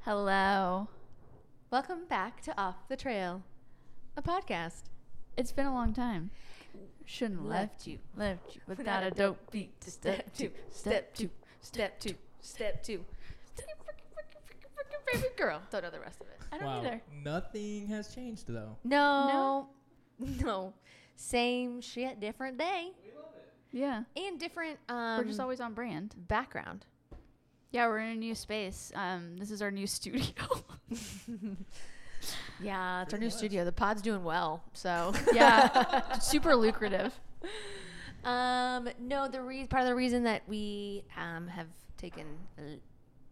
Hello. Welcome back to Off the Trail, a podcast. It's been a long time. Shouldn't have left you, left you without a dope beat to step to, step to. step two, step two. Step freaking, freaking, freaking, freaking, freaking girl. Don't know the rest of it. I don't either. Nothing has changed though. No. No. Same shit, different day. Yeah. And different um we're just always on brand. background. Yeah, we're in a new space. Um, this is our new studio. Yeah, Uh, it's our Pretty new much. studio. The pod's doing well, so yeah. Super lucrative. Um, no, the re- part of the reason that we um, have taken a-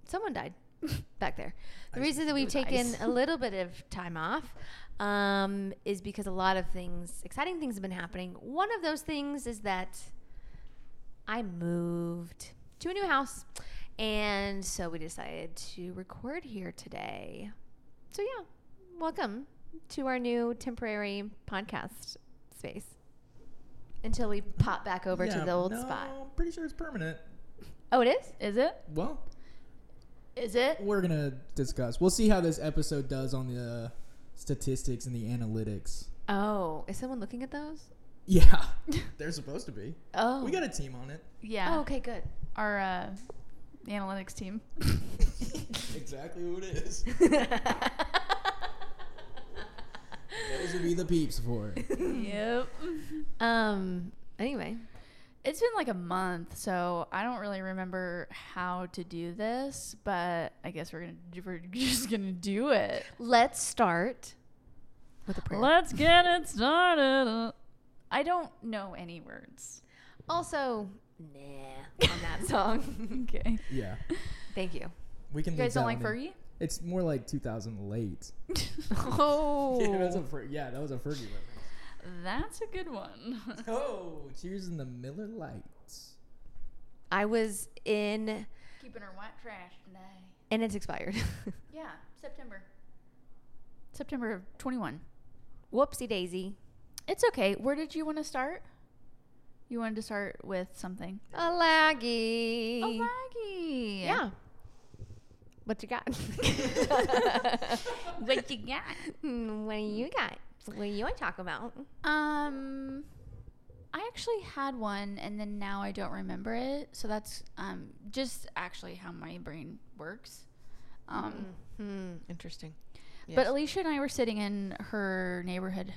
someone died back there. The Ice. reason that we've It was taken ice. a little bit of time off um, is because a lot of things, exciting things, have been happening. One of those things is that I moved to a new house, and so we decided to record here today. So yeah, welcome to our new temporary podcast space until we pop back over to Yeah, the old no, spot. I'm pretty sure it's permanent. Oh, it is? Is it? Well, Is it? we're gonna discuss. We'll see how this episode does on the uh, statistics and the analytics. Oh, is someone looking at those? Yeah, they're supposed to be. Oh, We got a team on it. Yeah. Oh, okay, good. Our uh, analytics team. exactly who it is. Those will Those be the peeps for it. yep. Um. Anyway, It's been like a month, so I don't really remember how to do this, but I guess we're gonna we're just gonna do it. let's start with a prayer. Let's get it started. I don't know any words. also, nah, on that song. Okay. Yeah, Thank you. we can. You leave guys don't like that on the- Fergie? It's more like 2000 late. Oh, Yeah, that was a Fer- yeah, that was a Fergie reference. That's a good one. Oh, cheers in the Miller Lights. I was in, Keeping her white trash today. and it's expired. Yeah, September. September of 21. Whoopsie daisy. It's okay. Where did you want to start? You wanted to start with something. A laggy. Oh, Maggie. Yeah. What you got? what you got? Hmm, what do you got? What do you want to talk about? Um, I actually had one, and then now I don't remember it. So that's um just actually how my brain works. Um, Hmm, interesting. but Alicia and I were sitting in her neighborhood,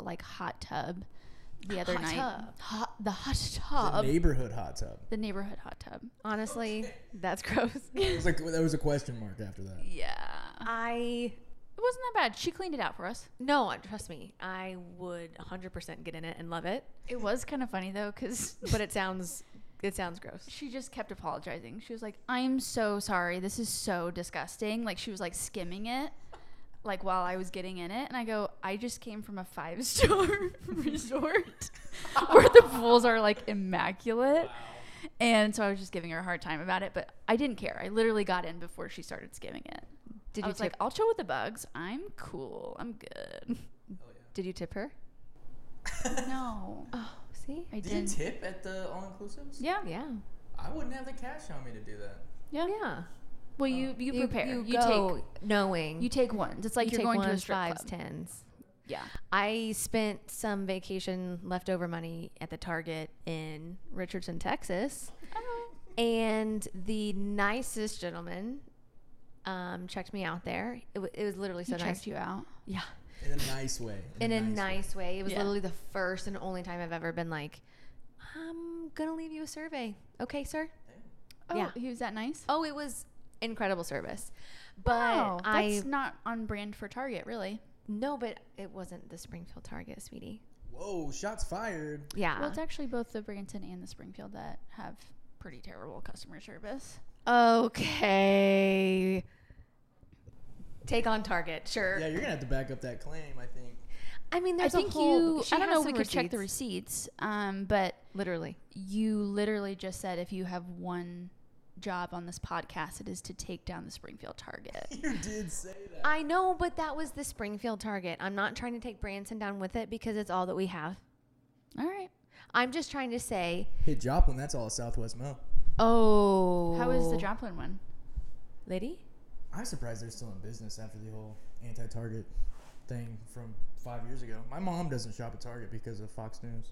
like hot tub, the other Hot night. tub. Hot, the hot The Oh, tub. The, neighborhood hot tub. neighborhood hot tub. Honestly, that's gross. It was like there was a question mark after that. Yeah, I Uh, it wasn't that bad. She cleaned it out for us. no, trust me. I would 100% get in it and love it, It was kind of funny though, because but it sounds it sounds gross. she just kept apologizing. She was like, "I'm so sorry. This is so disgusting." Like she was like skimming it, like while I was getting in it, and I go, "I just came from a five star resort where the pools are like immaculate." And so I was just giving her a hard time about it, but I didn't care. I literally got in before she started skimming it. Did I you was tip? like, "I'll chill with the bugs. I'm cool. I'm good." Oh, did you tip her? no, Oh, see. I Did you didn't. tip at the all inclusives? yeah, Yeah. I wouldn't have the cash on me to do that. yeah. Yeah. Oh. Well, you you prepare. You, take knowing. you take ones. It's like you you are take going to a ones, strip fives, club. tens. Yeah. I spent some vacation leftover money at the Target in Richardson, Texas, and the nicest gentleman um, checked me out there. It, w- it was literally so he nice. checked you out. Yeah, In a nice way. in a nice way. It was Yeah. literally the first and only time I've ever been like, "I'm gonna leave you a survey, okay, sir?" Oh, Yeah. he was that nice. Oh, it was incredible service, but wow, I that's not on brand for Target, really. no, but it wasn't the Springfield Target, sweetie. Whoa, shots fired. Yeah. Well, it's actually both the Branson and the Springfield that have pretty terrible customer service. Okay. Take on Target, sure. Yeah, you're gonna have to back up that claim, I think. I mean, there's I think a whole. you. she I don't has know. some We could check the receipts. receipts, um, but Literally. you literally just said if you have one job on this podcast, it is to take down the Springfield Target. You did say that. I know, but that was the Springfield Target. I'm not trying to take Branson down with it because it's all that we have. All right. I'm just trying to say, hey Joplin, that's all Southwest Mo. oh, How is the Joplin one? lady? I'm surprised they're still in business after the whole anti-Target thing from five years ago. My mom doesn't shop at Target because of Fox News.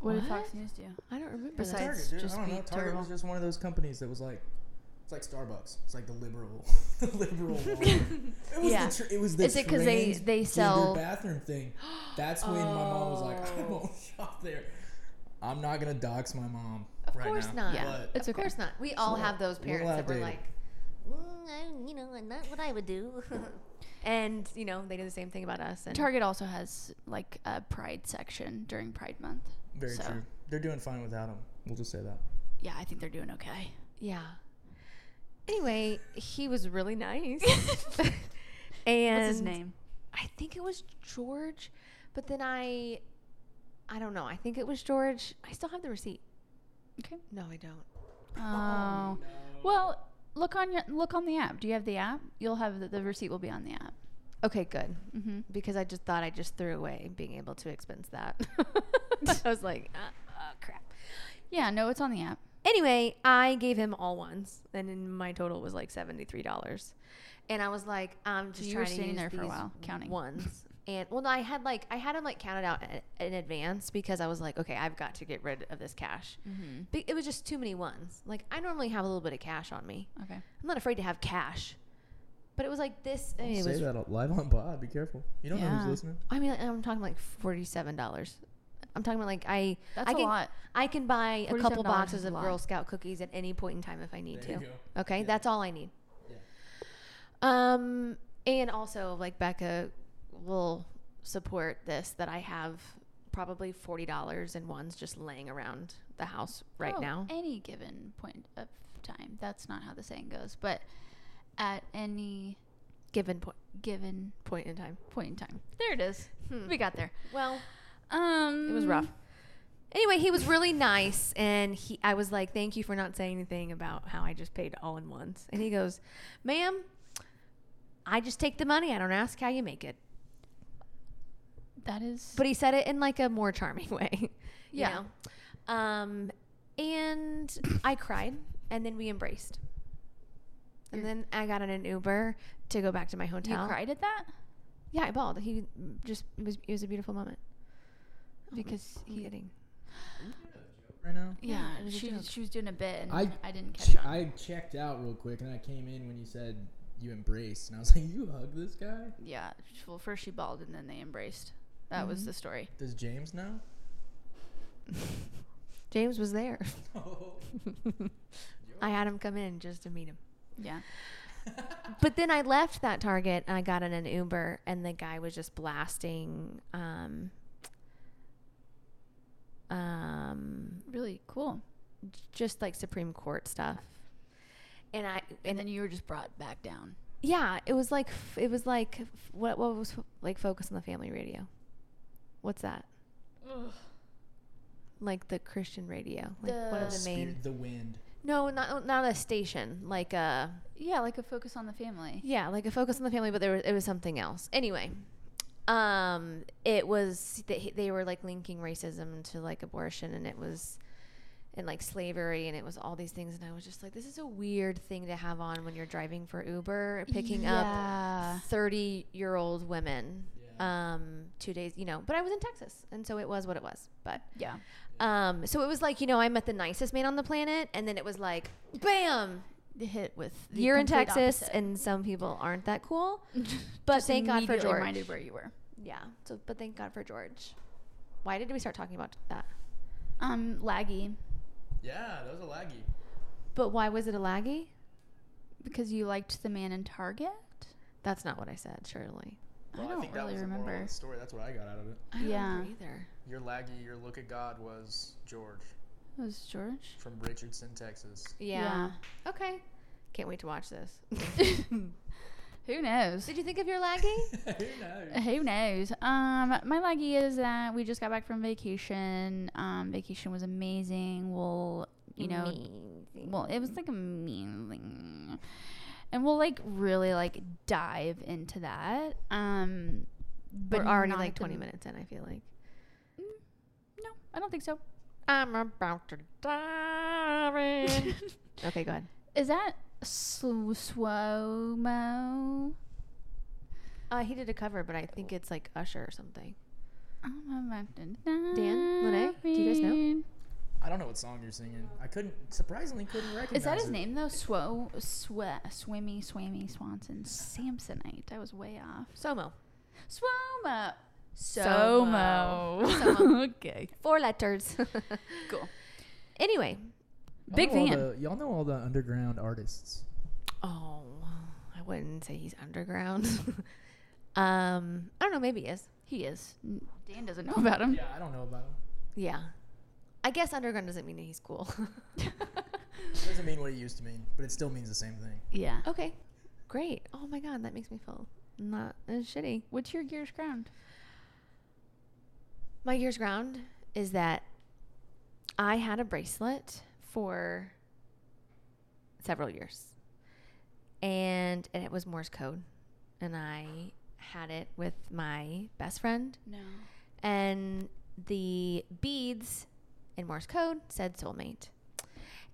What, did What? Fox News do? I don't remember. Besides- that. Target, dude. just I don't know. be Target Target was was terrible. just one of those companies that was like, it's like Starbucks. It's like the liberal, the liberal. It was Yeah. the tr- it was the Is it 'cause they- they transgender sell- bathroom thing? That's when my mom was like, I Oh. won't shop there. I'm not gonna dox my mom. Of right course now. not. Yeah. But It's of okay. course not. We all Well, have those well, parents I that were do. like, "Mm, I- you know, not what I would do. and you know, they do the same thing about us. And Target also has like a Pride section during Pride Month. very So. true. They're doing fine without him. We'll just say that. Yeah, I think they're doing okay. Yeah. Anyway, he was really nice. and What's his name? I think it was George, but then I, I don't know. I think it was George. I still have the receipt. Okay. No, I don't. Oh. Well, look on your look on the app. Do you have the app? You'll have the, the receipt will be on the app. Okay, good. Mm-hmm. Because I just thought I just threw away being able to expense that. I was like, ah, ah, crap. Yeah, no, it's on the app. Anyway, I gave him all ones, and then my total was like seventy three dollars. And I was like, I'm just you were trying to sitting use there for a these while, counting. ones. And well, no, I had like I had him like counted out a- in advance because I was like, okay, I've got to get rid of this cash. Mm-hmm. But it was just too many ones. Like I normally have a little bit of cash on me. Okay. I'm not afraid to have cash, but it was like this. I mean, it say was. that out live on pod. Be careful. You don't know Yeah. who's listening. I mean, I'm talking like forty seven dollars. I'm talking about like I That's I a can lot. I can buy a couple $47 boxes is a of lot. Girl Scout cookies at any point in time if I need There to. you go. Okay, Yeah. that's all I need. Yeah. Um, and also like Becca will support this that I have probably forty dollars in ones just laying around the house right Oh, now. Any given point of time. That's not how the saying goes, but at any Given point given point in time. point in time. There it is. Hmm. We got there. Well, Um it was rough. Anyway, he was really nice, and he I was like, "Thank you for not saying anything about how I just paid all in ones." And he goes, "Ma'am, I just take the money. I don't ask how you make it." That is But he said it in like a more charming way. you Yeah. know? Um, and I cried, and then we embraced. And You're- then I got in an Uber to go back to my Mm. you hotel. cried at that? Yeah, I bawled. He just it was it was a beautiful moment. Because I'm he- getting Right now. Yeah, Yeah, it was a she joke. she was doing a bit and I, I- didn't catch Ch- on. I checked out real quick, and I came in when you said you embraced, and I was like, "You hug this guy." yeah, well first she bawled and then they embraced. That was Mhm. the story. Does James know? James was there. No. I had him come in just to meet him. Yeah. But then I left that Target and I got in an Uber and the guy was just blasting um um Really cool. j- just like Supreme Court stuff. And I And, then you were just brought back down. yeah, it was like f- it was like f- what what was f- like focus on the family radio. What's that? Like the Christian radio, like one of the The- main. Spirit, the wind. No, not not a station. Like uh, a Yeah, like a focus on the family. Yeah, like a focus on the family, but there was, it was something else. Anyway, um, it was they, they were like linking racism to like abortion, and it was and like slavery, and it was all these things, and I was just like, this is a weird thing to have on when you're driving for Uber, picking Yeah. up thirty year old women. Yeah. Um, two days, you know, but I was in Texas, and so it was what it was. But Yeah. um, so it was like, you know, I met the nicest man on the planet, and then it was like, bam, The hit with the you're in complete Texas, opposite. and some people aren't that cool. But Just thank God for immediately George. reminded where you were. Yeah. So, but thank God for George. Why did we start talking about that? Um, laggy Yeah, that was a laggy. But why was it a laggy? because you liked the man in Target. That's not what I said. Surely. I don't really the moral of remember. the story. That's what I got out of it. I don't Yeah. remember either. Your laggy, your look at God was George It was George. from Richardson, Texas. Yeah. Okay. Can't wait to watch this. Who knows? did you think of your laggy? Who knows? Um, my laggy is that we just got back from vacation. Um, vacation was amazing. We'll, you know, well, it was like a mean thing, and we'll like really like dive into that. Um, but We're already not like at the- 20 minutes in. I feel like. No, I don't think so. I'm about to die. in. okay, go ahead. Is that Sw- Slow mo. Uh, he did a cover, but I think it's like Usher or something. Dan, Lene, do you guys know? I don't know what song you're singing. I couldn't, surprisingly, couldn't recognize. Is that his it. name though? Swo, swe, swimmy, swammy, Swanson, Samsonite. I was way off. Somo. Swomo. Somo. Somo. okay. Four letters. Cool. Anyway. Y'all Big know all fan. the- y'all know all the underground artists. Oh, I wouldn't say he's underground. um, I don't know. Maybe he is. He is. N- Dan doesn't know about him. Yeah, I don't know about them. Yeah. I guess underground doesn't mean that he's cool. It doesn't mean what it used to mean, but it still means the same thing. Yeah. okay. Great. Oh my God. That makes me feel not as shitty. What's your gears ground? My year's ground is that I had a bracelet for several years. And, and it was Morse code. And I had it with my best friend. No. And the beads in Morse code said soulmate.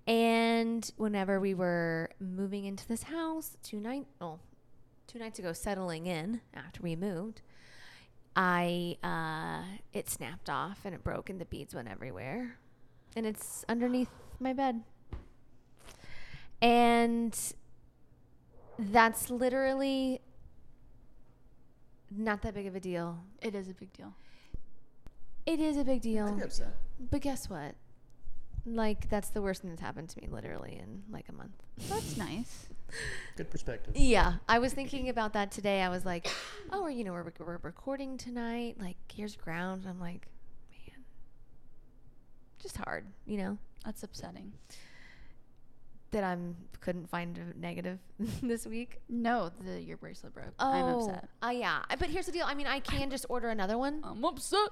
And whenever we were moving into this house two night oh, two nights ago, settling in after we moved, I uh, it snapped off and it broke and the beads went everywhere, and it's underneath my bed. And that's literally not that big of a deal. It is a big deal. It is a big deal. I'd be upset. But guess what? Like that's the worst thing that's happened to me literally in like a month. That's nice. Good perspective. Yeah, I was thinking about that today. I was like, oh, we're you know we're, we're recording tonight. Like here's ground. I'm like, man, just hard. You know That's upsetting. that I'm couldn't find a negative this week. No, the your bracelet broke. I'm upset. Oh uh, yeah, I- but here's the deal. I mean, I can just order another one. I'm upset.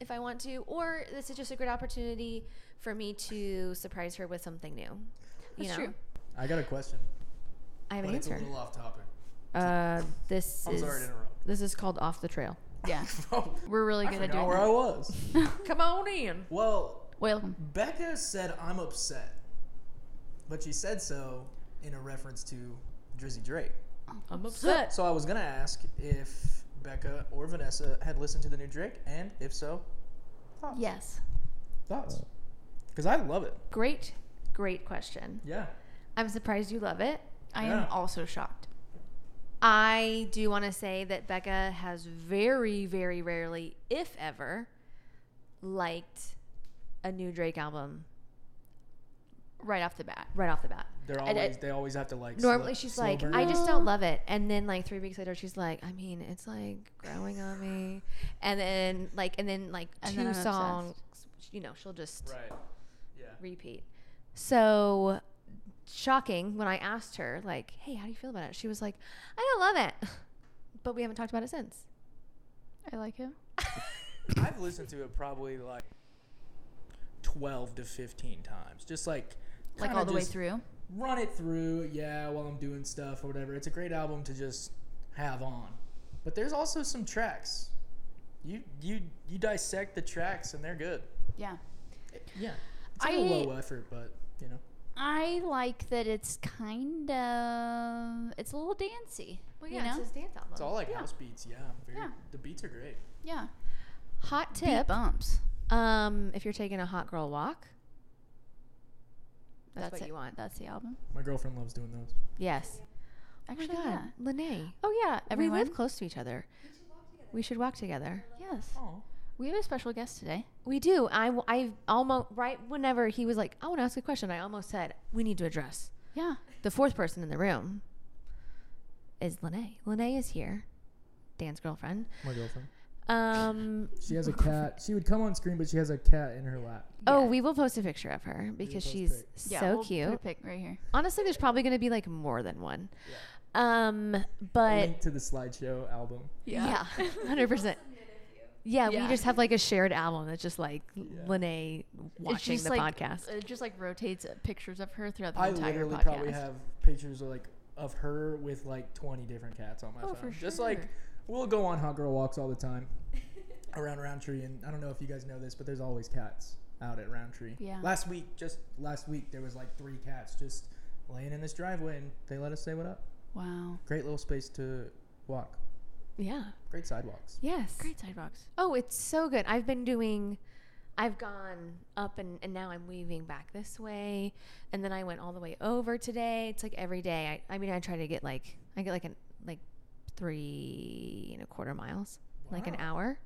if I want to, or this is just a great opportunity for me to surprise her with something new. You That's know? true. I got a question, I have but an it's a answer. little off topic. Uh, this I'm is sorry to interrupt. Oh, this is called off the trail. Yeah. We're really I good at doing forgot where I that. was. Come on in. well, Welcome. Becca said I'm upset, but she said so in a reference to Drizzy Drake. I'm upset. So I was gonna ask if Becca or Vanessa had listened to the new Drake, and if so, Yes. thoughts. Because I love it. Great, great question. Yeah. I'm surprised you love it. I am Yeah. also shocked. I do want to say that Becca has very, very rarely, if ever, liked a new Drake album Right off the bat. right off the bat. They're And always I- they always have to like. Normally sl- she's slow like, burn. I just don't love it. And then like three weeks later she's like, I mean, it's like growing on me. And then like and then like And two then I'm obsessed. songs you know, she'll just Right. Yeah. repeat. So shocking when I asked her, like, hey, how do you feel about it? She was like, I don't love it. But we haven't talked about it since. I like him. I've listened to it probably like twelve to fifteen times, just like Like kinda all the way just through. Run it through, yeah, while I'm doing stuff or whatever. It's a great album to just have on, but there's also some tracks. You you you dissect the tracks and they're good. Yeah. Yeah, it's a little I- low effort, but you know. I like that it's kind of it's a little dancey. Well, You yeah, know? it's his dance album. It's all like Yeah. house beats, yeah. Very, Yeah. The beats are great. Yeah. Hot Beat tip. bumps. Um, if you're taking a hot girl walk, that's, what it. you want. That's the album. My girlfriend loves doing those. Yes. Actually, oh my yeah. God. Lene. Oh yeah, everyone. We live close to each other. We should walk together. Yes. Oh, We have a special guest today. We do. I, I almost, right whenever he was like, I want to ask a question, I almost said, we need to address. Yeah. The fourth person in the room is Lene. Lene is here, Dan's girlfriend. my girlfriend. Um, She has a cat. She would come on screen, but she has a cat in her lap. Oh, Yeah. we will post a picture of her because post she's pic. yeah, so we'll Put a cute. pic right here. Honestly, there's probably going to be like more than one. Um, but Link to the slideshow album. Yeah, hundred percent. Yeah, Yeah. we just have like a shared album that's just like Lene It's watching just the like, podcast. It just like rotates uh, pictures of her throughout the I entire literally podcast. probably have pictures of like of her with like 20 different cats on my Oh, phone. for Just like sure. we'll go on hot girl walks all the time around Roundtree, and I don't know if you guys know this, but there's always cats out at Roundtree. Yeah. Last week, just last week, there was like three cats just laying in this driveway, and they let us say what up. Wow. Great little space to walk. Yeah. Great sidewalks. Yes. Great sidewalks. Oh, it's so good. I've been doing, I've gone up and, and now I'm weaving back this way. And then I went all the way over today. It's like every day. I, I mean, I try to get like, I get like an, like three and a quarter miles, like an Wow. hour.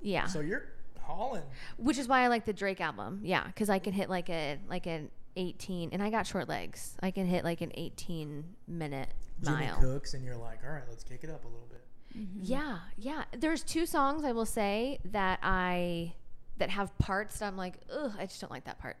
Yeah. So you're hauling. Which is why I like the Drake album. Yeah. Cause I can hit like a, like an 18 and I got short legs. I can hit like an 18 minute Jimmy mile. Cooks, and you're like, all right, let's kick it up a little bit. Mm-hmm. Yeah, yeah. There's two songs I will say that I that have parts that I'm like, ugh, I just don't like that part.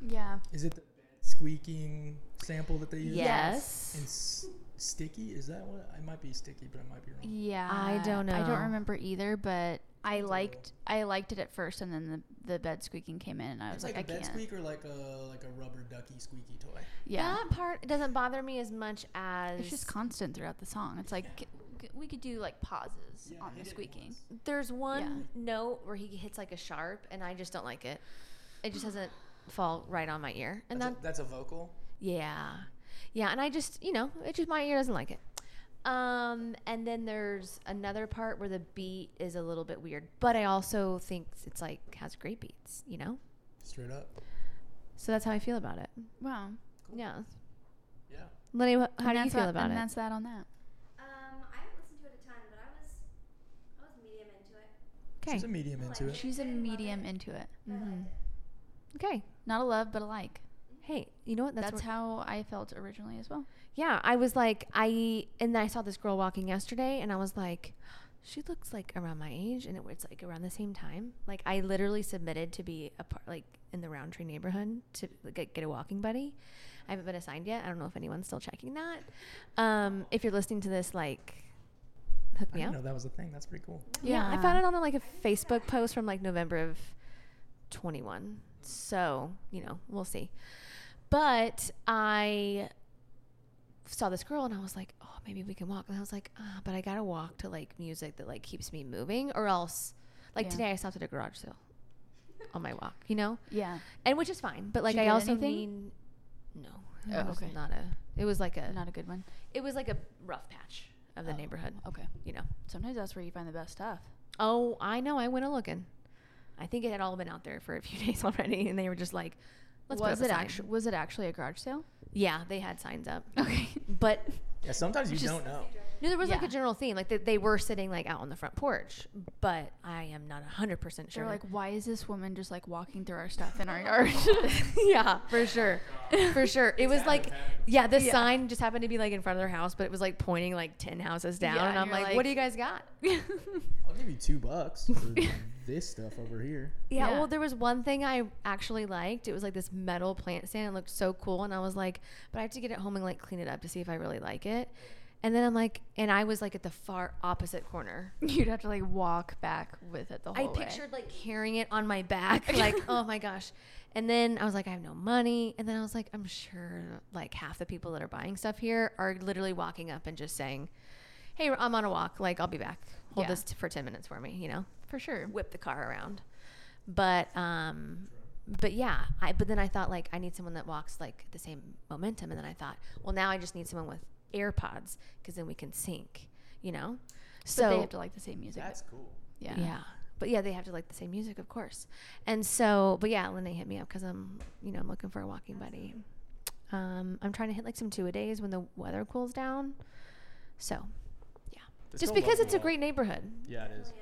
Yeah. Is it the bed squeaking sample that they use? Yes. And s- sticky? Is that what? I might be sticky, but I might be wrong. Yeah. don't I know. don't remember either, but I Sounds liked I liked it at first and then the, the bed squeaking came in and I was It's like, like, a I bed can't. squeak or like a like a rubber ducky squeaky toy. Yeah. That part doesn't bother me as much as It's just constant throughout the song. It's like Yeah. c- c- we could do like pauses on the squeaking. there's one Yeah. note where he hits like a sharp and I just don't like it. It just doesn't fall right on my ear. And And that that's, a, that's a vocal. Yeah. Yeah, and I just, you know, it just my ear doesn't like it. Um, and then there's another part where the beat is a little bit weird, but I also think it's like has great beats, you know? Straight up. So that's how I feel about it. Wow. Yeah. Yeah. Lenny, wh- how And do you that's feel that- about and it? That's that on that. Um, I haven't listened to it a ton, but I was, I was medium into it. Okay. Mm-hmm. She's a medium into it. She's a medium into it. I hmm liked it. Okay. Not a love, but a like. Hey, you know what? That's, That's, how. how I felt originally as well. Yeah, I was like, I and then I saw this girl walking yesterday, and I was like, she looks like around my age, and it was like around the same time. Like I literally submitted to be a part, like in the Roundtree neighborhood to get, get a walking buddy. I haven't been assigned yet. I don't know if anyone's still checking that. Um, if you're listening to this, like, hook I me didn't up. know that was a thing. That's pretty cool. Yeah, I found it on like a Facebook post from like November of 21. So, you know, we'll see. But I saw this girl and I was like, oh, maybe we can walk. And I was like, ah, but I got to walk to like music that like keeps me moving or else like Yeah. today I stopped at a garage sale on my walk, you know? Yeah. And which is fine. But like you I get also anything? mean, no, Oh, it was okay. not a, it was like a, Not a good one. it was like a rough patch of the Oh, neighborhood, Okay. you know? Sometimes that's where you find the best stuff. Oh, I know. I went a looking. I think it had all been out there for a few days already, and they were just like, "Let's was put up it a sign. actually was it actually a garage sale? Yeah, they had signs up, Okay. but Yeah. Sometimes you Just- don't know. no, there was like Yeah. a general theme. Like they, they were sitting like out on the front porch, but I am not hundred percent sure. They're like, why is this woman just like walking through our stuff in our yard? yeah, for sure, for sure. It was like, yeah, the Yeah. sign just happened to be like in front of their house, but it was like pointing like ten houses down, Yeah, and and I'm you're like, like- "What do you guys got?" I'll give you two bucks for this stuff over here. Yeah, Yeah. well, there was one thing I actually liked. It was like this metal plant stand. It looked so cool, and I was like, but I have to get it home and like clean it up to see if I really like it. And then I'm like, and I was like at the far opposite corner. You'd have to like walk back with it the I whole way. pictured like carrying it on my back, like oh my gosh. And then I was like, I have no money. And then I was like, I'm sure like half the people that are buying stuff here are literally walking up and just saying, "Hey, I'm on a walk. Like I'll be back. Hold Yeah. this t- for ten minutes for me," you know for sure. whip the car around. But um but yeah, I but then I thought like I need someone that walks like the same momentum and then I thought, well now I just need someone with AirPods cuz then we can sync, you know? So but they have to like the same music. That's cool. yeah. yeah. But yeah, they have to like the same music, of course. And so, but yeah, Lene hit me up cuz I'm, you know, I'm looking for a walking buddy. Um I'm trying to hit like some two a days when the weather cools down. So, yeah. Just just go because walk it's a the great neighborhood. Yeah, it is.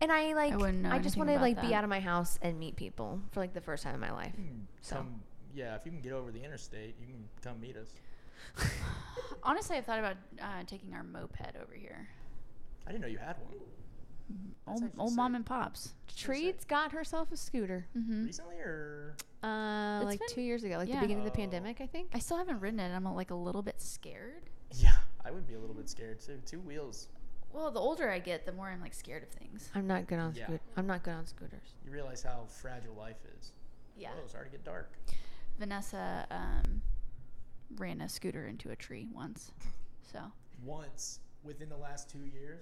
And I like wouldn't know I, just anything want to about like be that. out of my house and meet people for like the first time in my life. You can So. Come, yeah, if you can get over the interstate, you can come meet us. Mm. Honestly, I've thought about uh, taking our moped over here. I didn't know you had one. Mm-hmm. That's Old, actually old mom sick. and pops. Treats got herself a scooter. Mm-hmm. Recently or Uh It's like been- 2 years ago, like yeah. the beginning of Oh. the pandemic, I think. I still haven't ridden it. I'm uh, like a little bit scared. yeah, I would be a little bit scared too. Two wheels. Well, the older I get, the more I'm like scared of things. I'm not good on Yeah. scoot- I'm not good on scooters. You realize how fragile life is. Yeah. Whoa, it's already get dark. Vanessa um, ran a scooter into a tree once. So, Once within the last two years.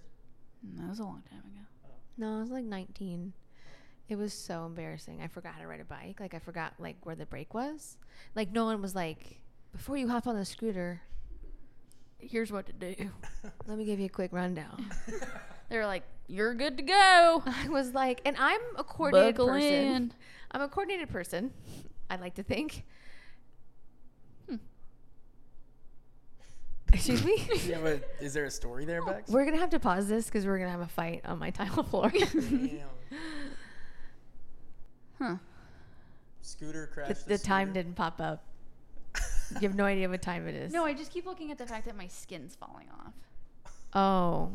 mm, that was a long time ago. No, I was like 19. It was so embarrassing. I forgot how to ride a bike. Like I forgot like where the brake was. Like no one was like Before you hop on the scooter, Here's what to do. let me give you a quick rundown. They were like, you're good to go. I was like, and I'm a coordinated Buckle person. in. I'm a coordinated person. I like to think. Hmm. Excuse me. yeah, but is there a story there, Bex? We're gonna have to pause this because we're gonna have a fight on my tile floor. Damn. Huh. Scooter crash. the, the time didn't pop up. You have no idea what time it is. No, I just keep looking at the fact that my skin's falling off. Oh.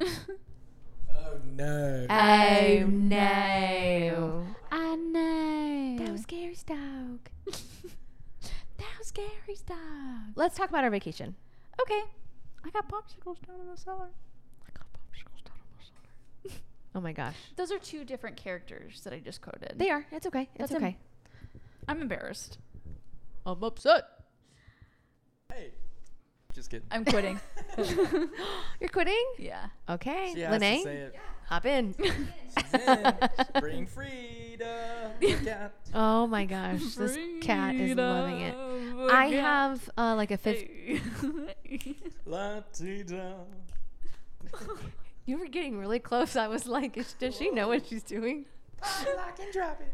Oh no. Oh, Oh no. no. I know. Gary's dog. that was Gary's dog. Let's talk about our vacation. Okay. I got popsicles down in the cellar. I got popsicles down in the cellar. Oh my gosh. Those are two different characters that I just quoted. They are. It's okay. That's It's em- okay. I'm embarrassed. I'm upset. Hey. Just kidding. I'm quitting. You're quitting? yeah. Okay. She has to say Lene, it. hop in. She's in. Bring Frida. the cat. Oh my gosh. This cat is loving it. I have uh, like a fifth. La ti da. You were getting really close. I was like, is- does she know what she's doing? Lock and drop it.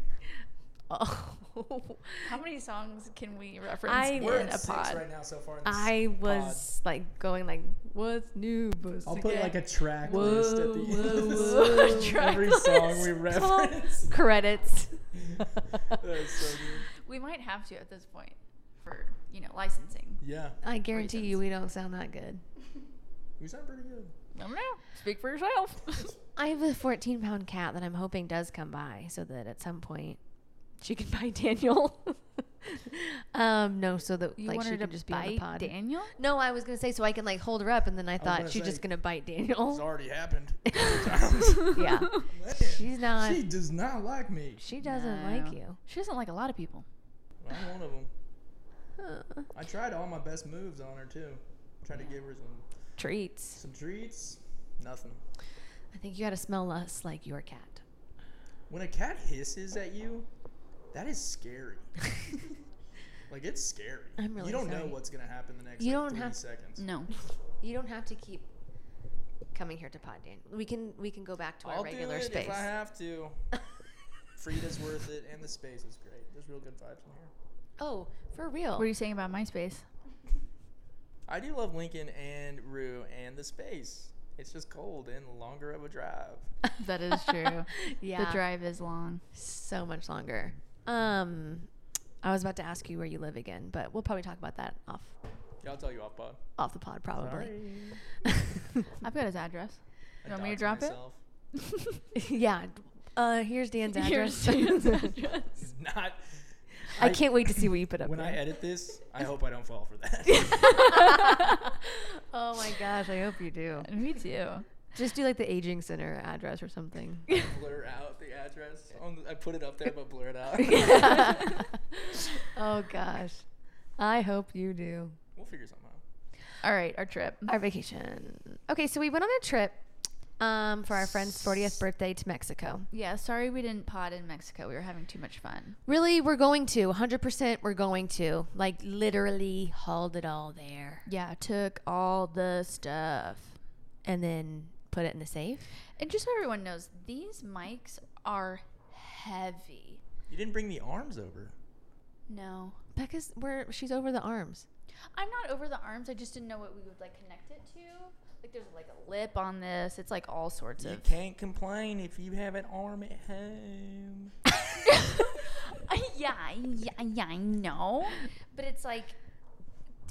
Oh. How many songs can we reference I- in We're We're a in six pod? right now so far. In this I pod. was like going like, what's new? Pussy? I'll put like a track Whoa, list at the whoa, end. whoa. of every song we reference. Credits. That's so good. We might have to at this point for, you know, licensing. Yeah, I guarantee Reasons. you we don't sound that good. you sound pretty good. I don't know. Speak for yourself. I have a 14 pound cat that I'm hoping does come by so that at some point she can buy Daniel. um, no, so that like she can just be on the pod. Daniel? no, I was gonna say so I can like hold her up, and then I thought gonna she's say- just gonna bite It's Daniel. already happened. yeah, Man, she's not. she She, does not like me. doesn't like you. She doesn't like a lot of people. I'm one of them. Uh, I tried all my best moves on her too. Tried to give her some treats. some treats. Nothing. I think you gotta smell less like your cat. When a cat hisses at you, that is scary. like it's scary. I'm really you don't know sorry. what's gonna happen the next You like, don't three have- seconds. No. You don't have to keep coming here to pod, Dan. We can we can go back to our I'll regular do it space. if I have to. Frida's worth it, and the space is great. There's real good vibes in here. oh, for real. What are you saying about MySpace? I do love Lincoln and Rue and the space. It's just cold and longer of a drive. That is true. yeah. The drive is long. so much longer. Um, I was about to ask you where you live again, but we'll probably talk about that off Yeah, I'll tell you off pod. off the pod Sorry. probably. I've got his address. I You want me to doxed drop it? myself. yeah. Uh, here's Dan's address. Here's Dan's address. It's not. I can't wait to see what you put up. When I there. edit this, I hope I don't fall for that. oh my gosh, I hope you do. Me too. Just do like the aging center address or something. blur out the address. On the, I put it up there, but blur it out. oh gosh, I hope you do. we'll figure something out. All right, our trip. Our vacation. Okay, so we went on a trip um, for our friend's 40th birthday to Mexico. Yeah, sorry we didn't pod in Mexico. We were having too much fun. Really, we're going to 100%. We're going to like literally hauled it all there Yeah, took all the stuff. and then put it in the safe. And just so everyone knows, these mics are heavy. You didn't bring the arms over. No. Becca's where she's over the arms. I'm not over the arms. I just didn't know what we would like connect it to. Like there's like a lip on this. It's like all sorts You of can't complain if you have an arm at home. yeah, yeah, yeah, I know. But it's like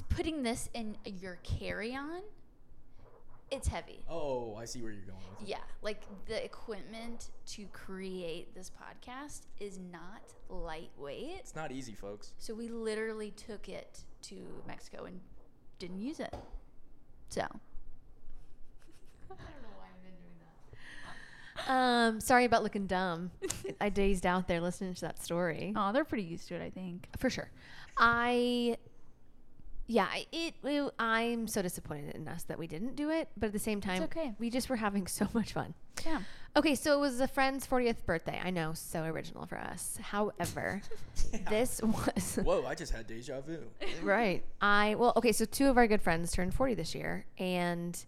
putting this in your carry-on. It's heavy. Oh, I see where you're going with it. Yeah, like the equipment to create this podcast is not lightweight. It's not easy, folks. So we literally took it to Mexico and didn't use it. So Um, sorry about looking dumb. I dazed out there listening to that story. Oh, they're pretty used to it, I think. For sure. I yeah, I- it, it. I'm so disappointed in us that we didn't do it, but at the same time, okay. we just were having so much fun. Yeah. Okay, so it was a friend's 40th birthday. I know, so original for us. However, this was Whoa, I just had deja vu. right. I well, okay, so two of our good friends turned 40 this year and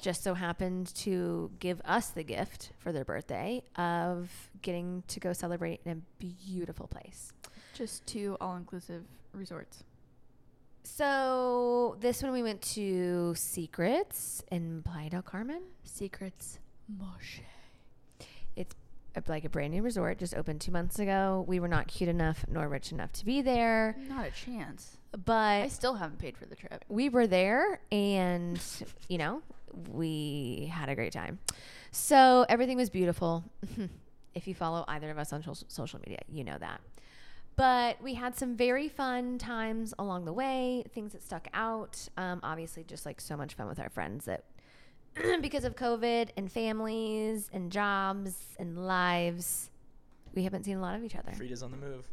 just so happened to give us the gift for their birthday of getting to go celebrate in a beautiful place. Just two all inclusive resorts. So, this one we went to Secrets in Playa del Carmen. Secrets. a- like a brand new resort just opened two months ago. We were not cute enough nor rich enough to be there, Not a chance. I but still haven't paid for the trip. we were there and, you know, we had a great time. So everything was beautiful. if you follow either of us on social- social media, you know that. But we had some very fun times along the way, things that stuck out. Um, obviously, just like so much fun with our friends that because of COVID and families and jobs and lives, we haven't seen a lot of each other. Frida's on the move.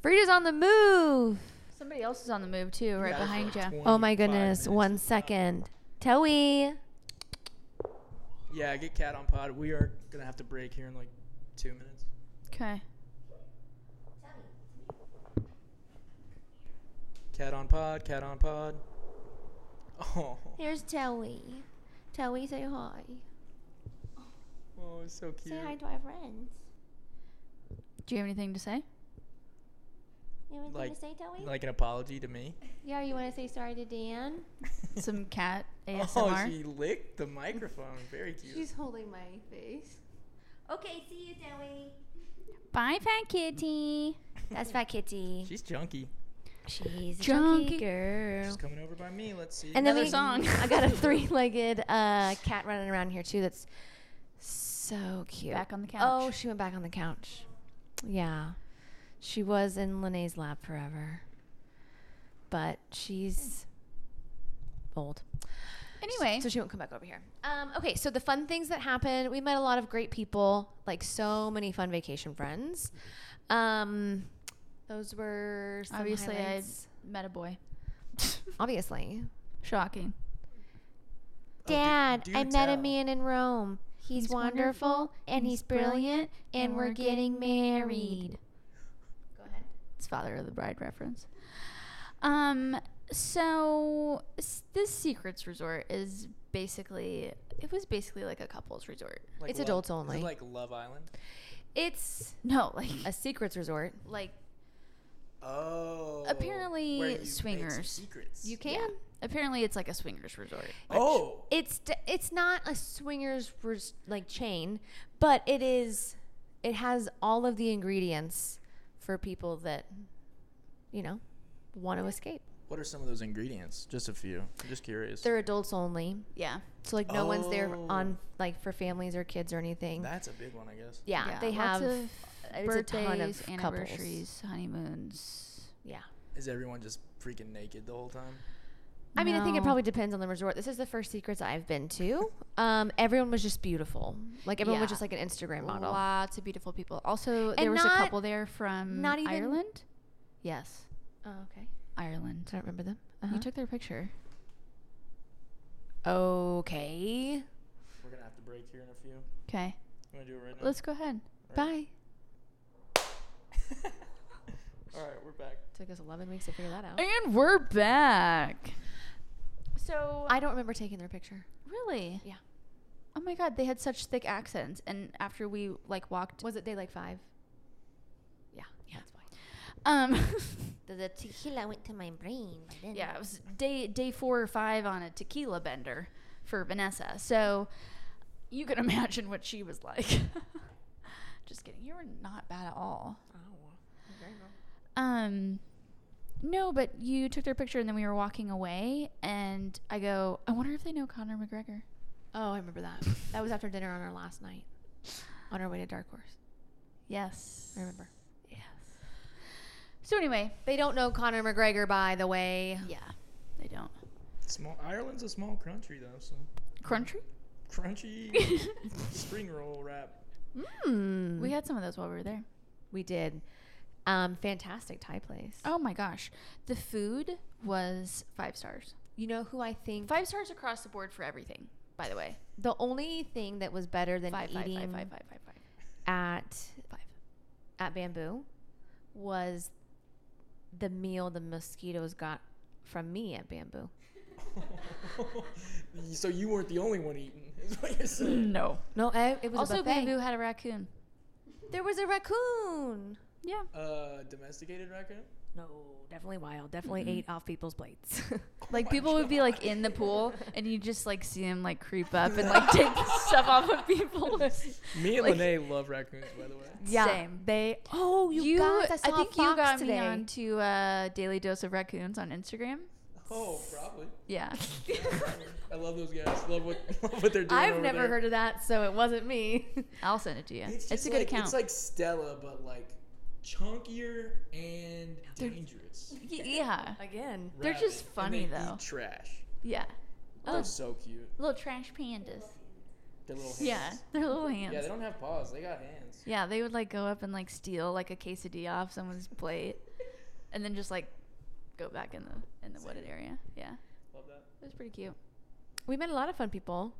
Frida's on the move. Somebody else is on the move too, You right got it for behind like you. 25 Oh my goodness. minutes. One second. Toey. Yeah, get cat on pod. We are gonna have to break here in like two minutes. Okay. Cat on pod. Cat on pod. Oh, Here's Toey. Toey, say hi. oh, it's so cute. to our friends. Do you have anything to say? You want Like- to say, Toey? Like an apology to me. Yeah, you want to say sorry to Dan? Some cat Oh, ASMR. she licked the microphone. Very cute. holding my face. Okay, see you, Toey. Bye, fat kitty. That's Fat Kitty. She's junky. She's a Junkie. junkie girl. She's coming over by me. Let's see. And then Another we, song. I got a three-legged uh, cat running around here too. That's so cute. Back on the couch. Oh, she went back on the couch. Yeah. She was in Lene's lap forever. But she's old. anyway, So she won't come back over here. Um, okay, so the fun things that happened, we met a lot of great people, like so many fun vacation friends. Um, those were some obviously I highlights. met a boy. obviously. Shocking. Oh, do- do tell. in Rome. He's, wonderful, and he's brilliant, and we're getting married. Go ahead. It's Father of the Bride reference. Um, so s- this Secrets Resort is basically it was basically like a couples resort. Like It's Love- adults is it only. like Love Island. It's No, like a secrets resort. like Oh. Apparently where you make some swingers. secrets. You can. apparently it's like a swingers resort. Oh. It's d- it's not a swingers res- like chain, but it is. It has all of the ingredients for people that, you know, want to escape. What are some of those ingredients? Just a few. I'm just curious. They're adults only, Yeah. so like no one's there Oh. on like for families or kids or anything. That's a big one, I guess. yeah, they lots have of uh, it's birthdays, a ton of couples. anniversaries, honeymoons. Yeah. Is everyone just freaking naked the whole time? I mean, I think it No. probably depends on the resort. This is the first secrets I've been to. Um, everyone was just beautiful. Like everyone was Yeah. just like an Instagram model. Lots of beautiful people. Also, there And was not- a couple there from not even- Ireland. Yes, Oh, okay. Ireland. I don't remember them. You took their picture. Okay. We're gonna have to break here in a few. Okay, You wanna do it right now? let's go ahead. Bye. All right, we're back. Took us 11 weeks to figure that out. And we're back. So I don't remember taking their picture. really, Yeah. oh my god, they had such thick accents. And after we like walked, Was it day like five? Yeah. Yeah. That's why. um, The, the tequila went to my brain. By then. yeah, it was day day four or five on a tequila bender for Vanessa. So you can imagine what she was like. Just kidding, you were not bad at all. Oh, Um, no, but you took their picture and then we were walking away, and I go, I wonder if they know Conor McGregor. Oh, I remember that. that was after dinner on our last night on our way to Dark Horse. Yes. I remember. Yes. So anyway, They don't know Conor McGregor, by the way. yeah, they don't. Small Ireland's a small country though, so Crunchy. crunchy spring roll wrap. Hmm. Mm. We had some of those while we were there. We did. Um, fantastic Thai place. Oh my gosh. The food was five stars. You know who I think Five stars across the board for everything, by the way. the only thing that was better than Five, five, eating five, five, five, five, five. at Five. at Bamboo was the meal the mosquitoes got from me at Bamboo. so you weren't the only one eating, is what you're saying. No. No, I, it was Also, a buffet. Bamboo had a raccoon. There was a raccoon. Yeah. Uh, domesticated raccoon? No, definitely wild. Definitely ate off people's plates. Like my people would be like in the pool, and you just like see them like creep up and like take the stuff off of people. Me and Like- Lene love raccoons, by the way. yeah, Same. they. Oh, you, guys! I, saw think a fox you got today. me onto uh, Daily Dose of Raccoons on Instagram. Oh, probably. Yeah, I love those guys. Love what, love what they're doing. I've over never there. heard of that, so it wasn't me. I'll send it to you. It's, just a good like, account. It's like Stella, but like chunkier and dangerous. Y- yeah, Again. They're rabid, just funny, and they though. Eat trash. yeah. They're Oh, so cute. little trash pandas. Their little hands. Yeah, their little Yeah, hands. they don't have paws. They got hands. Yeah, they would like go up and like steal like a quesadilla off someone's plate, and then just like go back in the in the wooded area. Yeah, Love that. it was pretty cute. We met a lot of fun people.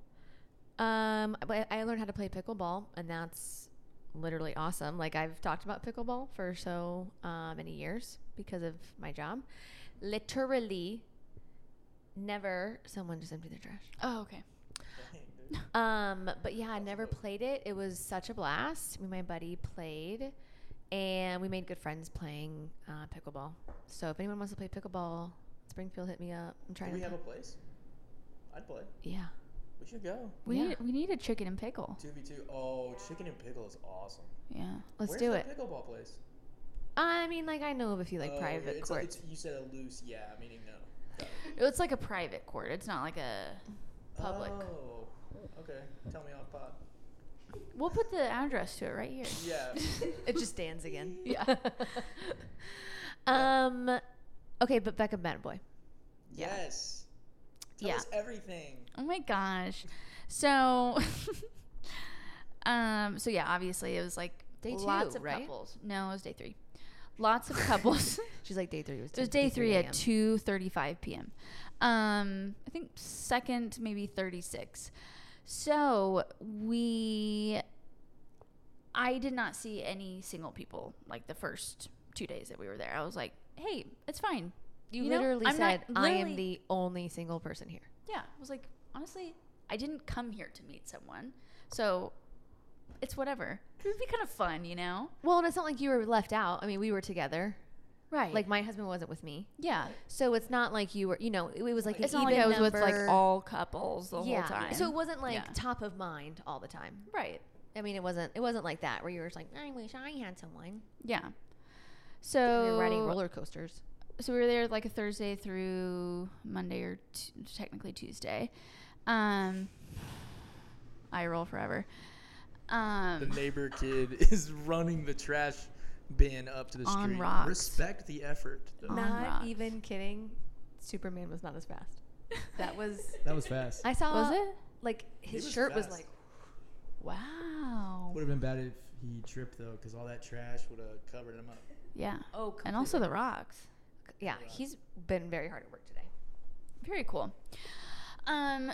Um, but I learned how to play pickleball, and that's literally awesome. Like I've talked about pickleball for so uh, many years because of my job. Literally, never someone just emptied their trash. Oh, okay. Dang, dude. Um, but yeah, I never played it. It was such a blast. Me and my buddy played, and we made good friends playing uh, pickleball. So if anyone wants to play pickleball, Springfield, hit me up. I'm Do trying we to. have a place? I'd play. play- yeah. We should go. We Yeah. need, we need a chicken and pickle. 2v2. Oh, chicken and pickle is awesome. Yeah. Let's Where's do the it. pickleball place? I mean, like I know of a few like Oh, private it's, courts. It's, you said a loose, yeah, meaning no. It's like a private court. It's not like a public. Oh, okay. Tell me off pod. We'll put the address to it right here. Yeah. it just stands again. Yeah. um, okay, but Becca Bad Boy. Yes. Tell Yeah. us everything. Oh my gosh. So um so yeah, obviously it was like Day lots two, of right? couples. No, it was day 3. Lots of couples. She's like day three. Was It was day three 2 at two thirty-five p.m. Um, I think second, maybe thirty-six. So we, I did not see any single people like the first two days that we were there. I was like, hey, it's fine. You, You know, literally I'm said, not- "I am literally- the only single person here." Yeah, I was like, honestly, I didn't come here to meet someone, so it's whatever. It would be kind of fun, you know? Well, and it's not like you were left out. I mean, we were together. Right. Like Like, my husband wasn't with me, yeah. so it's not like you were. You know, it, it was like an It's not like even I was with like number. all couples the yeah. whole time. So it wasn't like Yeah. top of mind all the time. right. I mean, it wasn't. It wasn't like that where you were just like, "I wish I had someone." Yeah. We So were riding roller coasters. so we were there like a Thursday through Monday or t- technically Tuesday. Um, I roll forever. The Um, neighbor kid is running the trash bin up to the On street. rocks. Respect the effort. On rocks. kidding. Superman was not as fast. That was. That was fast. I saw. was it? Like He his was shirt was fast. like. Wow. Would have been bad if he tripped though, because all that trash would have covered him up. Yeah. Oh. And also the rocks. Yeah, he's been very hard at work today. Very cool. Um,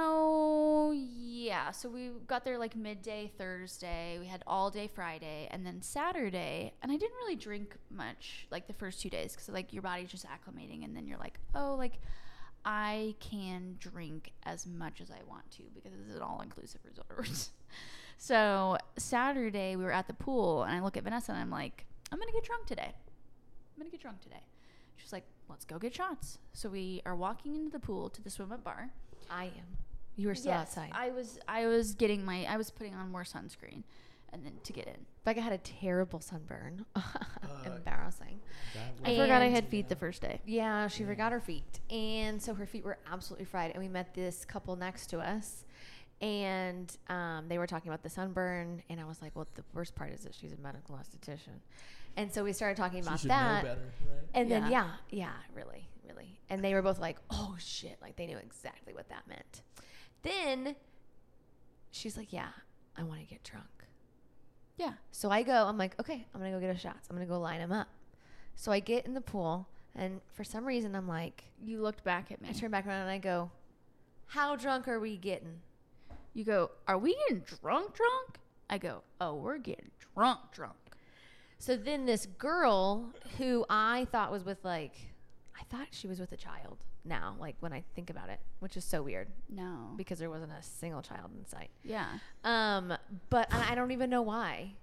so yeah, so we got there like midday Thursday. We had all day Friday and then Saturday, and I didn't really drink much like the first two days because like your body's just acclimating, and then you're like, oh, like I can drink as much as I want to because this is an all inclusive resort. so Saturday we were at the pool, and I look at Vanessa and I'm like, I'm gonna get drunk today. I'm gonna get drunk today. She's like, let's go get shots. So we are walking into the pool to the swim up bar. I am. You were still Yes, outside. I was I was getting my I was putting on more sunscreen and then to get in. Becca had a terrible sunburn. Embarrassing. I forgot I And- had feet the first day. Yeah, she forgot her feet. And so her feet were absolutely fried. And we met this couple next to us. And um, they were talking about the sunburn. And I was like, well, the worst part is that she's a medical esthetician. And so we started talking about that. know better, right? And then, yeah, Yeah. yeah, really, really. And they were both like, oh shit, like they knew exactly what that meant. Then she's like, yeah, I want to get drunk. Yeah. So I go, I'm like, okay, I'm gonna go get a shots. I'm gonna go line them up. So I get in the pool, and for some reason, I'm like, You looked back at me. I turn back around and I go, how drunk are we getting? You go, Are we getting drunk, drunk? I go, Oh, we're getting drunk, drunk. So then this girl who I thought was with like, I thought she was with a child now, like when I think about it, which is so weird No. because there wasn't a single child in sight. yeah. Um, but I I don't even know why.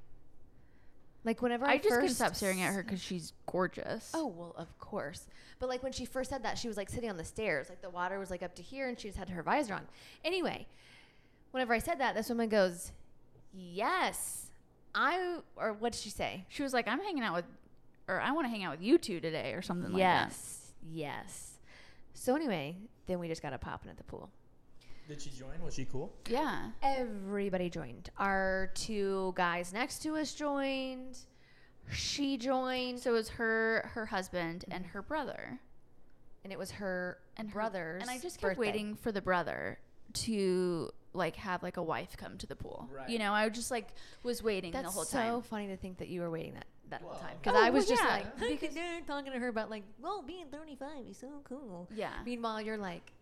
Like whenever I, I just first couldn't stop staring at her because she's gorgeous. Oh well, of course. But like when she first said that, she was like sitting on the stairs, like the water was like up to here, and she just had her visor on. Anyway, whenever I said that, this woman goes, "Yes, I." Or what did she say? She was like, I'm hanging out with, or I want to hang out with you two today or something like that. yes, yes. So anyway, then we just got a popping at the pool. Did she join? Was she cool? Yeah. Everybody joined. Our two guys next to us joined. She joined. So it was her, her husband, and her brother. and it was her and her- brother's. and I just kept birthday. waiting for the brother to like have like a wife come to the pool. You Right. know, I just like was waiting That's the whole so time. funny to think that you were waiting that that whole Well, time because Oh, I well, was just yeah. like because they're talking to her about like well being 35 is so cool. Yeah. Meanwhile, you're like,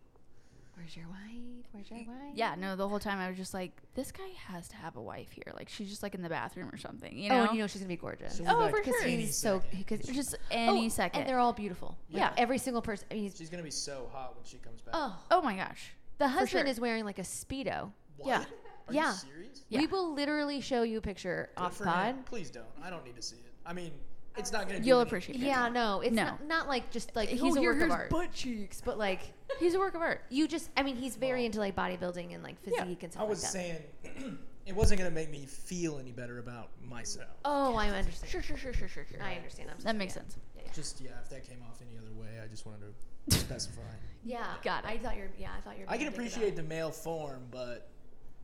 where's your wife? Where's your wife? Yeah, no, the whole time I was just like, this guy has to have a wife here. Like she's just like in the bathroom or something. You know, Oh, and you know she's gonna be gorgeous. She'll be Oh, back for because sure. any he's so second. because just any second. oh, and they're all beautiful. Yeah. every single person. I mean, he's, She's gonna be so hot when she comes back. oh, oh my gosh. the for husband sure. is wearing like a speedo. What? yeah. Are Yeah. you serious? Yeah. We will literally show you a picture Good off for pod. him. Please don't. I don't need to see it. I mean, it's not gonna. do You'll any- appreciate it. Yeah, no, it's No. Not, not like just like He's oh, a here- work of here's art. butt cheeks, but like He's a work of art. you just I mean he's very Well, into like bodybuilding and like physique yeah, and stuff I was like that. saying, it wasn't gonna make me feel any better about myself. oh, I understand. Sure, sure, sure, sure, sure, sure. I understand. I'm That sorry, makes yeah. sense. Yeah, yeah. Just yeah, if that came off any other way, I just wanted to specify. Yeah, Got it. I thought you're. Yeah, I thought you're. I can appreciate the male form, but